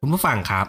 คุณผู้ฟังครับ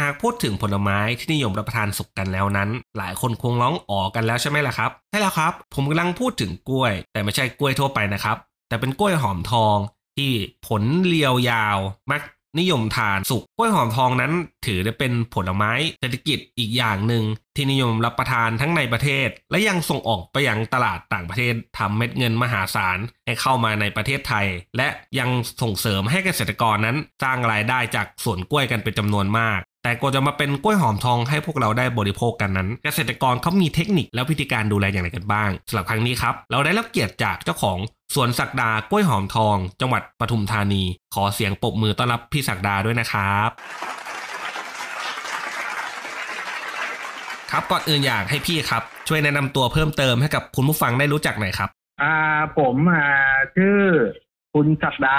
หากพูดถึงผลไม้ที่นิยมรับประทานสุกกันแล้วนั้น หลายคนคงร้องอ๋อกันแล้วใช่ไหมล่ะครับใช่แล้วครับ ผมกำลังพูดถึงกล้วย แต่ไม่ใช่กล้วยทั่วไปนะครับ แต่เป็นกล้วยหอมทอง ที่ผลเรียวยาว มักนิยมทานสุกกล้วยหอมทองนั้น ถือได้เป็นผลไม้เศรษฐกิจอีกอย่างหนึ่งที่นิยมรับประทานทั้งในประเทศ และยังส่งออกไปยังตลาดต่างประเทศทำเม็ดเงินมหาศาลให้เข้ามาในประเทศไทย และยังส่งเสริมให้เกษตรกรนั้น สร้างรายได้จากสวนกล้วยกันเป็นจำนวนมาก แต่กว่าจะมาเป็นกล้วยหอมทองให้พวกเราได้บริโภคกันนั้น เกษตรกรเขามีเทคนิคและวิธีการดูแลอย่างไรกันบ้างสำหรับครั้งนี้ครับ เราได้รับเกียรติจากเจ้าของสวนศักดากล้วยหอมทอง จังหวัดปทุมธานี ขอเสียงปรบมือต้อนรับพี่ศักดาด้วยนะครับ ครับก่อนอื่นอยากให้พี่ครับ ช่วยแนะนำตัวเพิ่มเติมให้กับคุณผู้ฟังได้รู้จักหน่อยครับ อ่าผมอ่าชื่อคุณศักดา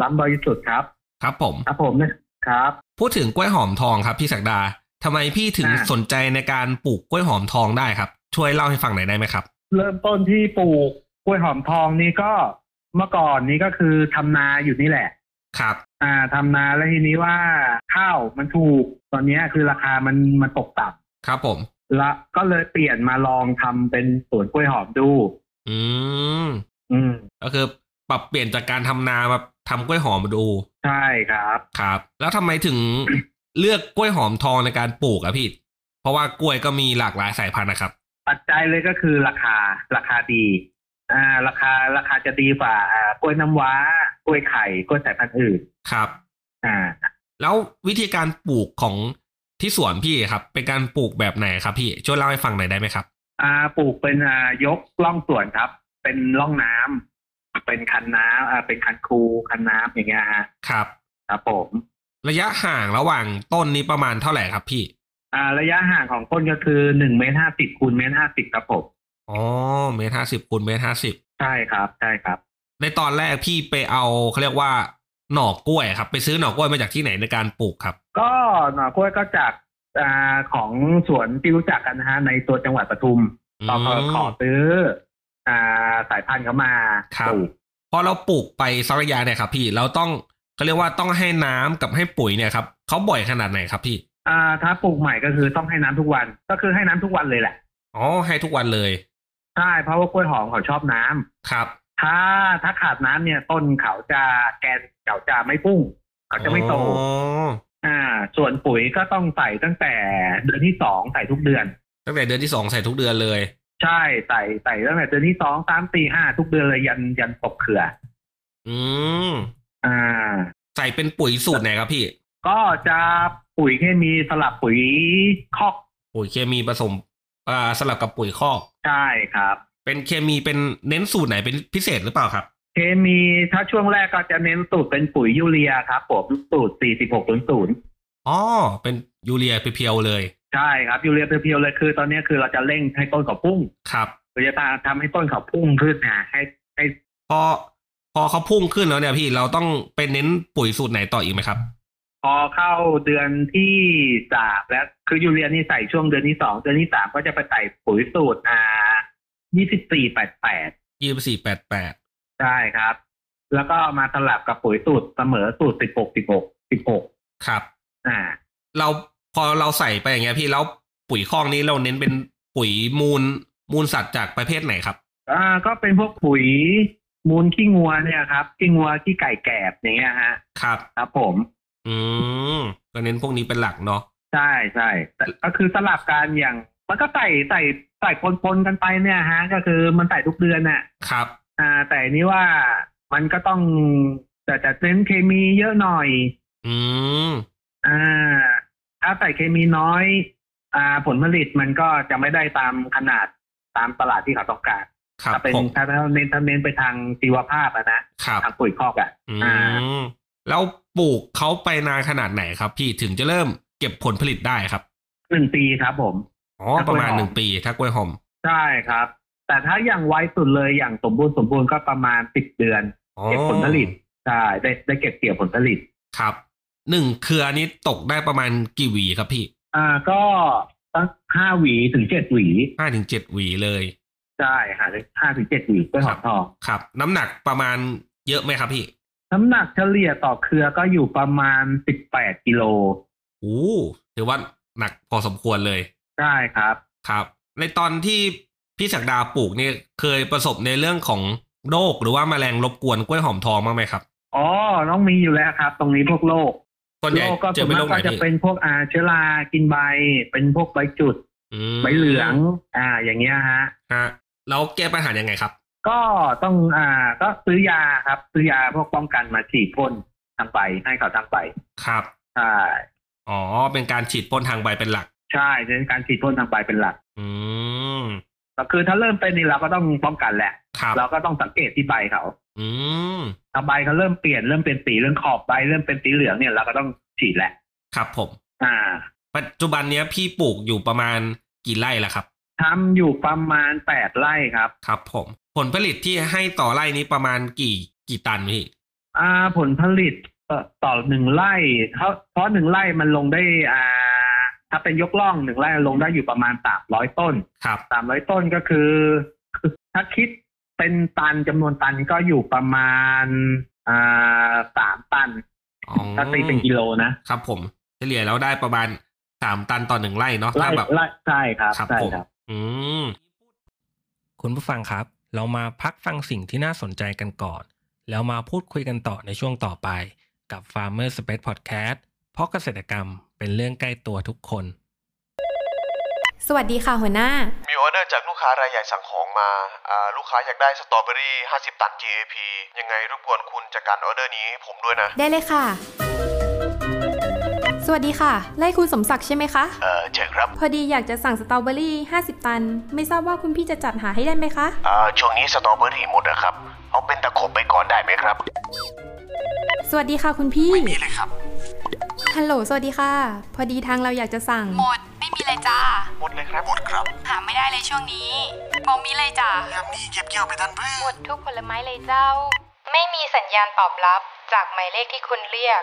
ล้ำบริสุทธิ์ครับ ครับผม ครับผมนะครับ พูดถึงกล้วยหอมทองครับพี่ศักดาทำไมพี่ถึง อ่า สนใจในการปลูกกล้วยหอมทองได้ครับ ช่วยเล่าให้ฟังหน่อยได้ไหมครับ เริ่มต้นที่ปลูกกล้วยหอมทองนี่ก็เมื่อก่อนนี้ก็คือทำนาอยู่นี่แหละ ครับ อ่าทำนาแล้วทีนี้ว่าข้าวมันถูกตอนเนี้ยคือราคามันมันตกต่ ครับผม ำละก็เลยเปลี่ยนมาลองทำเป็นสวนกล้วยหอมดู อืม อืม ก็คือปรับเปลี่ยนจากการทำนามาทำกล้วยหอมดู ใช่ครับ ครับ แล้วทำไมถึง เลือกกล้วยหอมทองในการปลูกอะพี่ เพราะว่ากล้วยก็มีหลากหลายสายพันธุ์นะครับ ปัจจัยเลยก็คือราคาราคาดี อ่า ราคาราคาจะดีกว่าอ่ากล้วยน้ำว้ากล้วยไข่กล้วยสายพันธุ์อื่น ครับ อ่า แล้ววิธีการปลูกของที่สวนพี่ครับ เป็นการปลูกแบบไหนครับพี่ช่วยเล่าให้ฟังหน่อยได้ไหมครับ อ่าปลูกเป็นอ่ายกล่องส่วนครับ เป็นล่องน้ำเป็นคันน้ำอ่าเป็นคันคูคันน้ำอย่างเงี้ยฮะ ครับ ครับผม ระยะห่างระหว่างต้นนี้ประมาณเท่าไหร่ครับพี่ อ่าระยะห่างของต้นก็คือหนึ่งเมตรห้าสิบคูณเมตรห้าสิบครับผม อ๋อเมตรห้าสิบคูณเมตรห้าสิบ ใช่ครับใช่ครับ ในตอนแรกพี่ไปเอาเขาเรียกว่าหน่อกล้วยครับ ไปซื้อหน่อกล้วยมาจากที่ไหนในการปลูกครับ ก็หน่อกล้วยก็จากอ่าของสวนที่รู้จักกันนะฮะในตัวจังหวัดปทุมเราก็ขอซื้ออ่าสายพันธุ์เขามา ครับ ปลูก พอเราปลูกไปสักระยะเนี่ยครับพี่เราต้องเขาเรียกว่าต้องให้น้ำกับให้ปุ๋ยเนี่ยครับเขาบ่อยขนาดไหนครับพี่ อ่าถ้าปลูกใหม่ก็คือต้องให้น้ำทุกวัน ก็คือให้น้ำทุกวันเลยแหละ อ๋อให้ทุกวันเลย ใช่เพราะว่ากล้วยหอมเขาชอบน้ำ ครับ ถ้าถ้าขาดน้ำเนี่ยต้นเขาจะแกนเขาจะไม่พุ่ง เขาจะไม่โต อ๋อ อ่า ส่วนปุ๋ยก็ต้องใส่ตั้งแต่เดือนที่สองใส่ทุกเดือน ตั้งแต่เดือนที่สองใส่ทุกเดือนเลย ใช่ใส่ใส่ตั้งแต่เดือนที่สองสามสี่ห้าทุกเดือนเลยยันยันตกเขื่อ อืม อ่า ใส่เป็นปุ๋ยสูตรไหนครับพี่ ก็จะปุ๋ยเคมีสลับปุ๋ยคอก ปุ๋ยเคมีผสมอ่าสลับกับปุ๋ยคอก ใช่ครับ เป็นเคมีเป็นเน้นสูตรไหนเป็นพิเศษหรือเปล่าครับ เคมีถ้าช่วงแรกก็จะเน้นสูตรเป็นปุ๋ยยูเรียครับผมสูตรสี่สิบหกศูนย์ศูนย์ อ๋อเป็นยูเรียเพียวๆเลย ใช่ครับยูเรียเพียวๆเลยคือ ตอนนี้คือเราจะเร่งให้ต้นเขาพุ่ง ครับ เราจะทำให้ต้นเขาพุ่งขึ้นนะให้ให้ พอพอเขาพุ่งขึ้นแล้วเนี่ยพี่เราต้องไปเน้นปุ๋ยสูตรไหนต่ออีกไหมครับ พอเข้าเดือนที่สามแล้วคือยูเรียนี่ใส่ช่วงเดือนที่สองเดือนที่สามก็จะไปใส่ปุ๋ยสูตรอ่ายี่สิบสี่แปดแปด ยี่สี่แปดแปด ใช่ครับ แล้วก็มาสลับกับปุ๋ยสูตรเสมอสูตรสิบหกสิบหกสิบหก ครับ อ่า เราพอเราใส่ไปอย่างเงี้ยพี่แล้วปุ๋ยคอกนี้เราเน้นเป็นปุ๋ยมูลมูลสัตว์จากประเภทไหนครับ อ่าก็เป็นพวกปุ๋ยมูลขี้งัวเนี่ยครับขี้งัวขี้ไก่แกบอย่างเงี้ยฮะ ครับ ครับผม อืมก็เน้นพวกนี้เป็นหลักเนาะ ใช่ใช่แต่ก็คือสลับการอย่าง มันก็ใส่ใส่ใส่ปนๆกันไปเนี่ยฮะ ก็คือมันใส่ทุกเดือนน่ะ ครับ อ่าแต่นี่ว่ามันก็ต้องแต่จะเน้นเคมีเยอะหน่อย อืม อ่าถ้าใส่เคมีน้อย อ่า ผลผลิตมันก็จะไม่ได้ตามขนาดตามตลาดที่เขาต้องการ ครับ ถ้าเป็น ผม ถ้าเน้นถ้าเน้นไปทางชีวภาพอะนะครับ ทางปุ๋ยคอกอะ อื อ่า มแล้วปลูกเขาไปนานขนาดไหนครับ พี่ถึงจะเริ่มเก็บผลผลิตได้ครับ หนึ่งปีครับผม อ๋อ ถ้ากปล้วยระมาณ หอม หนึ่งปีถ้ากล้วยหอม ใช่ครับ แต่ถ้าอย่างไวสุดเลยอย่างสมบูรณ์สมบูรณ์ก็ประมาณสิบเดือน อ๋อ เก็บผลผลิตใช่ได้ได้เก็บเกี่ยวผลผลิต ครับหนึ่งเครือนี้ตกได้ประมาณกี่หวีครับพี่ อ่าก็ตั้งห้าหวีถึงเจ็ดหวี ห้าถึงเจ็ดหวีเลย ใช่หาได้ห้าถึงเจ็ดหวีกล้วยหอมทอง ครับ น้ำหนักประมาณเยอะไหมครับพี่ น้ำหนักเฉลี่ยต่อเครือก็อยู่ประมาณสิบแปดกิโล โอ้ถือว่าหนักพอสมควรเลย ใช่ครับ ครับ ในตอนที่พี่ศักดาปลูกเนี่ยเคยประสบในเรื่องของโรคหรือว่าแมลงรบกวนกล้วยหอมทองบ้างไหมครับ อ๋อ น้องมีอยู่แล้วครับ ตรงนี้พวกโรค ส่วนใหญ่ โรคก็ เจ ส่ อ วเป็นน มา โร ก คไหน ก็จะ พี่ เป็นพวกอาเชื้อรากินใบ เป็นพวกใบจุด อืม ใบเหลือง อ่า อย่างเงี้ยฮะ ฮะแล้วแก้ปัญหายังไงครับ ก็ต้องอ่าก็ซื้อยาครับ ซื้อยาพวกป้องกันมาฉีดพ่นทางใบให้เขาทางใบ ครับ ใช่ อ๋อ เป็นการฉีดพ่นทางใบเป็นหลัก ใช่เน้นการฉีดพ่นทางใบเป็นหลัก อืม ก็คือถ้าเริ่มเป็นนี่เราก็ต้องป้องกันแหละ ครับ เราก็ต้องสังเกตที่ใบเขา อืม ถ้าใบเขาเริ่มเปลี่ยนเริ่มเป็นสีเริ่มขอบใบเริ่มเป็นสีเหลืองเนี่ยเราก็ต้องฉีดแหละ ครับผม อ่า ปัจจุบันเนี้ยพี่ปลูกอยู่ประมาณกี่ไร่ละครับ ทำอยู่ประมาณแปดไร่ครับ ครับผม ผลผลิตที่ให้ต่อไร่นี้ประมาณกี่กี่ตันพี่ อ่าผลผลิตต่อต่อหนึ่งไร่เพราะเพราะหนึ่งไร่มันลงได้อ่า ถ้าเป็นยกล่องหนึ่งไร่ลงได้อยู่ประมาณสามร้อยต้น ครับ สามร้อยต้นก็คือถ้าคิดเป็นตันจำนวนตันก็อยู่ประมาณอ่าสามตัน อ๋อ ถ้าตีเป็นกิโลนะครับ ผม เฉลี่ยแล้วได้ประมาณสามตันต่อหนึ่งไร่เนาะ ไล่ ถ้าแบบ ไล่ใช่ครับ ครับ ใช่ ผม ครับ อืม คุณผู้ฟังครับ เรามาพักฟังสิ่งที่น่าสนใจกันก่อน แล้วมาพูดคุยกันต่อในช่วงต่อไป กับ Farmer Space Podcast เพราะเกษตรกรรมเป็นเรื่องใกล้ตัวทุกคน สวัสดีค่ะหัวหน้า มีออเดอร์จากลูกค้ารายใหญ่สั่งของมาอ่าลูกค้าอยากได้สตรอเบอรี่ 50 ตัน GAP ยังไงรบกวนคุณจัดการออเดอร์นี้ให้ผมด้วยนะ ได้เลยค่ะ สวัสดีค่ะ ไล่คุณสมศักดิ์ใช่ไหมคะ เออเจ๊ครับ พอดีอยากจะสั่งสตรอเบอรี่ 50 ตัน ไม่ทราบว่าคุณพี่จะจัดหาให้ได้ไหมคะ อ่าช่วงนี้สตรอเบอรี่หมดนะครับ เอาเป็นตะขบไปก่อนได้ไหมครับ สวัสดีค่ะคุณพี่ ไม่มีเลยครับ ฮัลโหล สวัสดีค่ะ พอดีทางเราอยากจะสั่ง หมด ไม่มีเลยจ้า หมดเลยครับ หมดครับ หาไม่ได้เลยช่วงนี้มองมีเลยจ้าย ามนี้เก็บเกี่ยวไปทันเพื่อ หมดทุกผลไม้เลยเจ้า ไม่มีสัญญาณตอบรับ จากหมายเลขที่คุณเรียก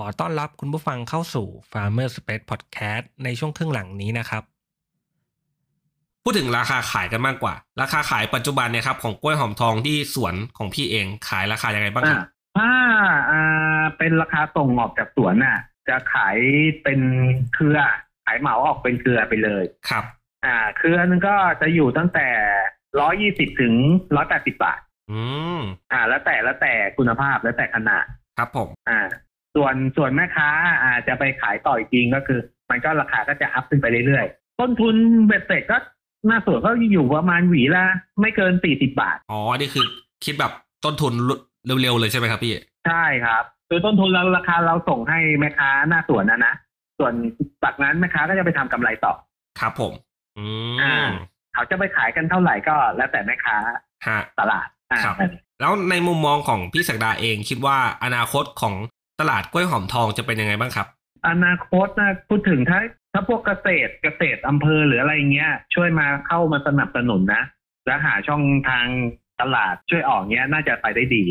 ขอต้อนรับคุณผู้ฟังเข้าสู่ Farmer Space Podcast ในช่วงครึ่งหลังนี้นะครับ พูดถึงราคาขายกันมากกว่า ราคาขายปัจจุบันเนี่ยครับของกล้วยหอมทองที่สวนของพี่เองขายราคายังไงบ้างครับอ่าถ้าอ่าเป็นราคาส่งออกจากสวนน่ะ จะขายเป็นเครือ ขายเหมาออกเป็นเครือไปเลย ครับ อ่า เครือนึงก็จะอยู่ตั้งแต่ร้อยี่สิบถึงร้อยแปดสิบบาท อืม อ่า แล้วแต่แล้วแต่คุณภาพแล้วแต่ขนาด ครับผม อ่า ส่วนส่วนแม่ค้าอาจจะไปขายต่ออีกทีก็คือ มันก็ราคาก็จะอัพขึ้นไปเรื่อยๆ ต้นทุนเบ็ดเสร็จก็หน้าสวนก็อยู่ประมาณหวีละไม่เกินสี่สิบบาท อ๋อ นี่คือคิดแบบต้นทุนเร็วๆเลยใช่ไหมครับพี่ ใช่ครับ คือต้นทุนเราราคาเราส่งให้แม่ค้าหน้าสวนนะนะ ส่วนจากนั้นแม่ค้าก็จะไปทำกำไรต่อ ครับผม อื อ่า ม เขาจะไปขายกันเท่าไหร่ก็แล้วแต่แม่ค้า ฮะ ตลาดอ่า ครับ แล้วในมุมมองของพี่ศักดาเองคิดว่าอนาคตของตลาดกล้วยหอมทองจะเป็นยังไงบ้างครับ อนาคตนะพูดถึงถ้าถ้าพวกเกษตรเกษตรอำเภอหรืออะไรเงี้ย ช่วยมาเข้ามาสนับสนุนนะและหาช่องทางตลาดช่วยออกเงี้ยน่าจะไปได้ดี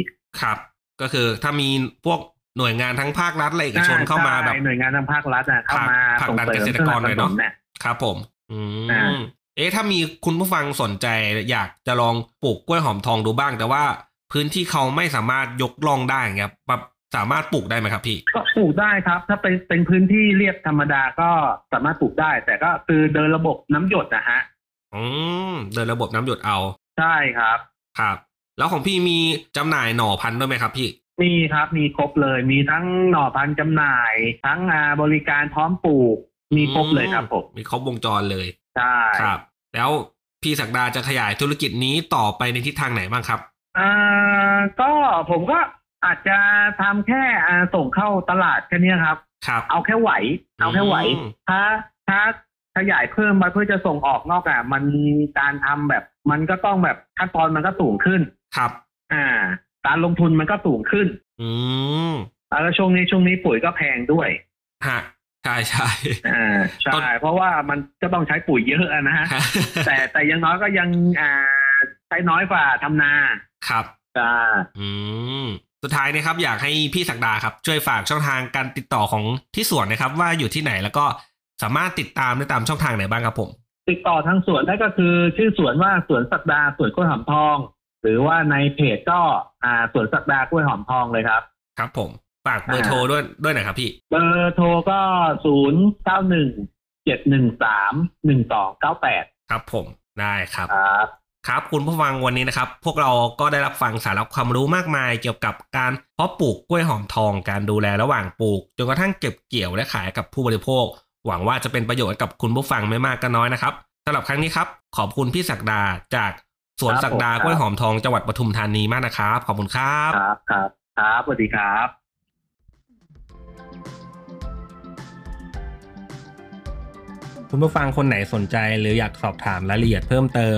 ครับ ก็คือถ้ามีพวกหน่วยงานทั้งภาครัฐและเอกชนเข้ามาแบบ ใช่หน่วยงานทางภาครัฐนะเข้ามา ผลัก ส่ง ดัน เสริม เกษตรกรหน่อยเนอะ สบสเนี่ย ครับผม อื อ่า ม เอ๊ะ ถ้ามีคุณผู้ฟังสนใจอยากจะลองปลูกกล้วยหอมทองดูบ้าง แต่ว่าพื้นที่เขาไม่สามารถยกล่องได้อย่างเงี้ยแบบ สามารถปลูกได้ไหมครับพี่ ก็ปลูกได้ครับ ถ้าเป็นเป็นพื้นที่เรียบธรรมดาก็สามารถปลูกได้ แต่ก็คือเดินระบบน้ำหยดนะฮะ อืมเดินระบบน้ำหยดเอา ใช่ครับ ครับ แล้วของพี่มีจำหน่ายหน่อพันธุ์ด้วยไหมครับพี่ มีครับมีครบเลยมีทั้งหน่อพันธุ์จำหน่าย ทั้งอ่าบริการพร้อมปลูก มีครบเลยครับผม มีครบวงจรเลย ใช่ ครับ แล้วพี่ศักดาจะขยายธุรกิจนี้ต่อไปในทิศทางไหนบ้างครับ อ่าก็ผมก็อาจจะทำแค่อ่าส่งเข้าตลาดแค่เนี้ยครับ ครับ เอาแค่ไหว เอาแค่ไหว อืม ถ้าถ้าขยายเพิ่มมาเพื่อจะส่งออกนอกอ่ะมันการทำแบบ มันก็ต้องแบบขั้นตอนมันก็สูงขึ้น ครับ อ่า การลงทุนมันก็สูงขึ้น อืม แล้วช่วงนี้ช่วงนี้ปุ๋ยก็แพงด้วย ฮะใช่ใช่ อ่าใช่ ต้น เพราะว่ามันก็ต้องใช้ปุ๋ยเยอะอะนะฮะ แต่แต่อยังน้อยก็ยังอ่าใช้น้อยกว่าทำนา ครับ จ้า อืมสุดท้ายนะครับอยากให้พี่ศักดาครับ ช่วยฝากช่องทางการติดต่อของที่สวนนะครับ ว่าอยู่ที่ไหนแล้วก็สามารถติดตามได้ตามช่องทางไหนบ้างครับผม ติดต่อทางสวนได้ก็คือ ชื่อสวนว่าสวนสักดาสวนกล้วยหอมทอง หรือว่าในเพจก็อ่าสวนสักดากล้วยหอมทองเลยครับ ครับผม ฝากเบอร์โทรด้วยด้วยหน่อยครับพี่ เบอร์โทรก็ศูนย์เก้าหนึ่งเจ็ดหนึ่งสามหนึ่งสองเก้าแปด ครับผมได้ครับ ครับ ครับคุณผู้ฟังวันนี้นะครับ พวกเราก็ได้รับฟังสาระความรู้มากมาย เกี่ยวกับการเพาะปลูกกล้วยหอมทอง การดูแลระหว่างปลูกจนกระทั่งเก็บเกี่ยวและขายกับผู้บริโภค หวังว่าจะเป็นประโยชน์กับคุณผู้ฟังไม่มากก็น้อยนะครับสำหรับครั้งนี้ครับ ขอบคุณพี่ศักดาจากสวน ครับ ศักดากล้วยหอมทองจังหวัดปทุมธานีมากนะครับ ขอบคุณครับ ครับครับครับสวัสดีครับ คุณผู้ฟังคนไหนสนใจหรืออยากสอบถามรายละเอียดเพิ่มเติม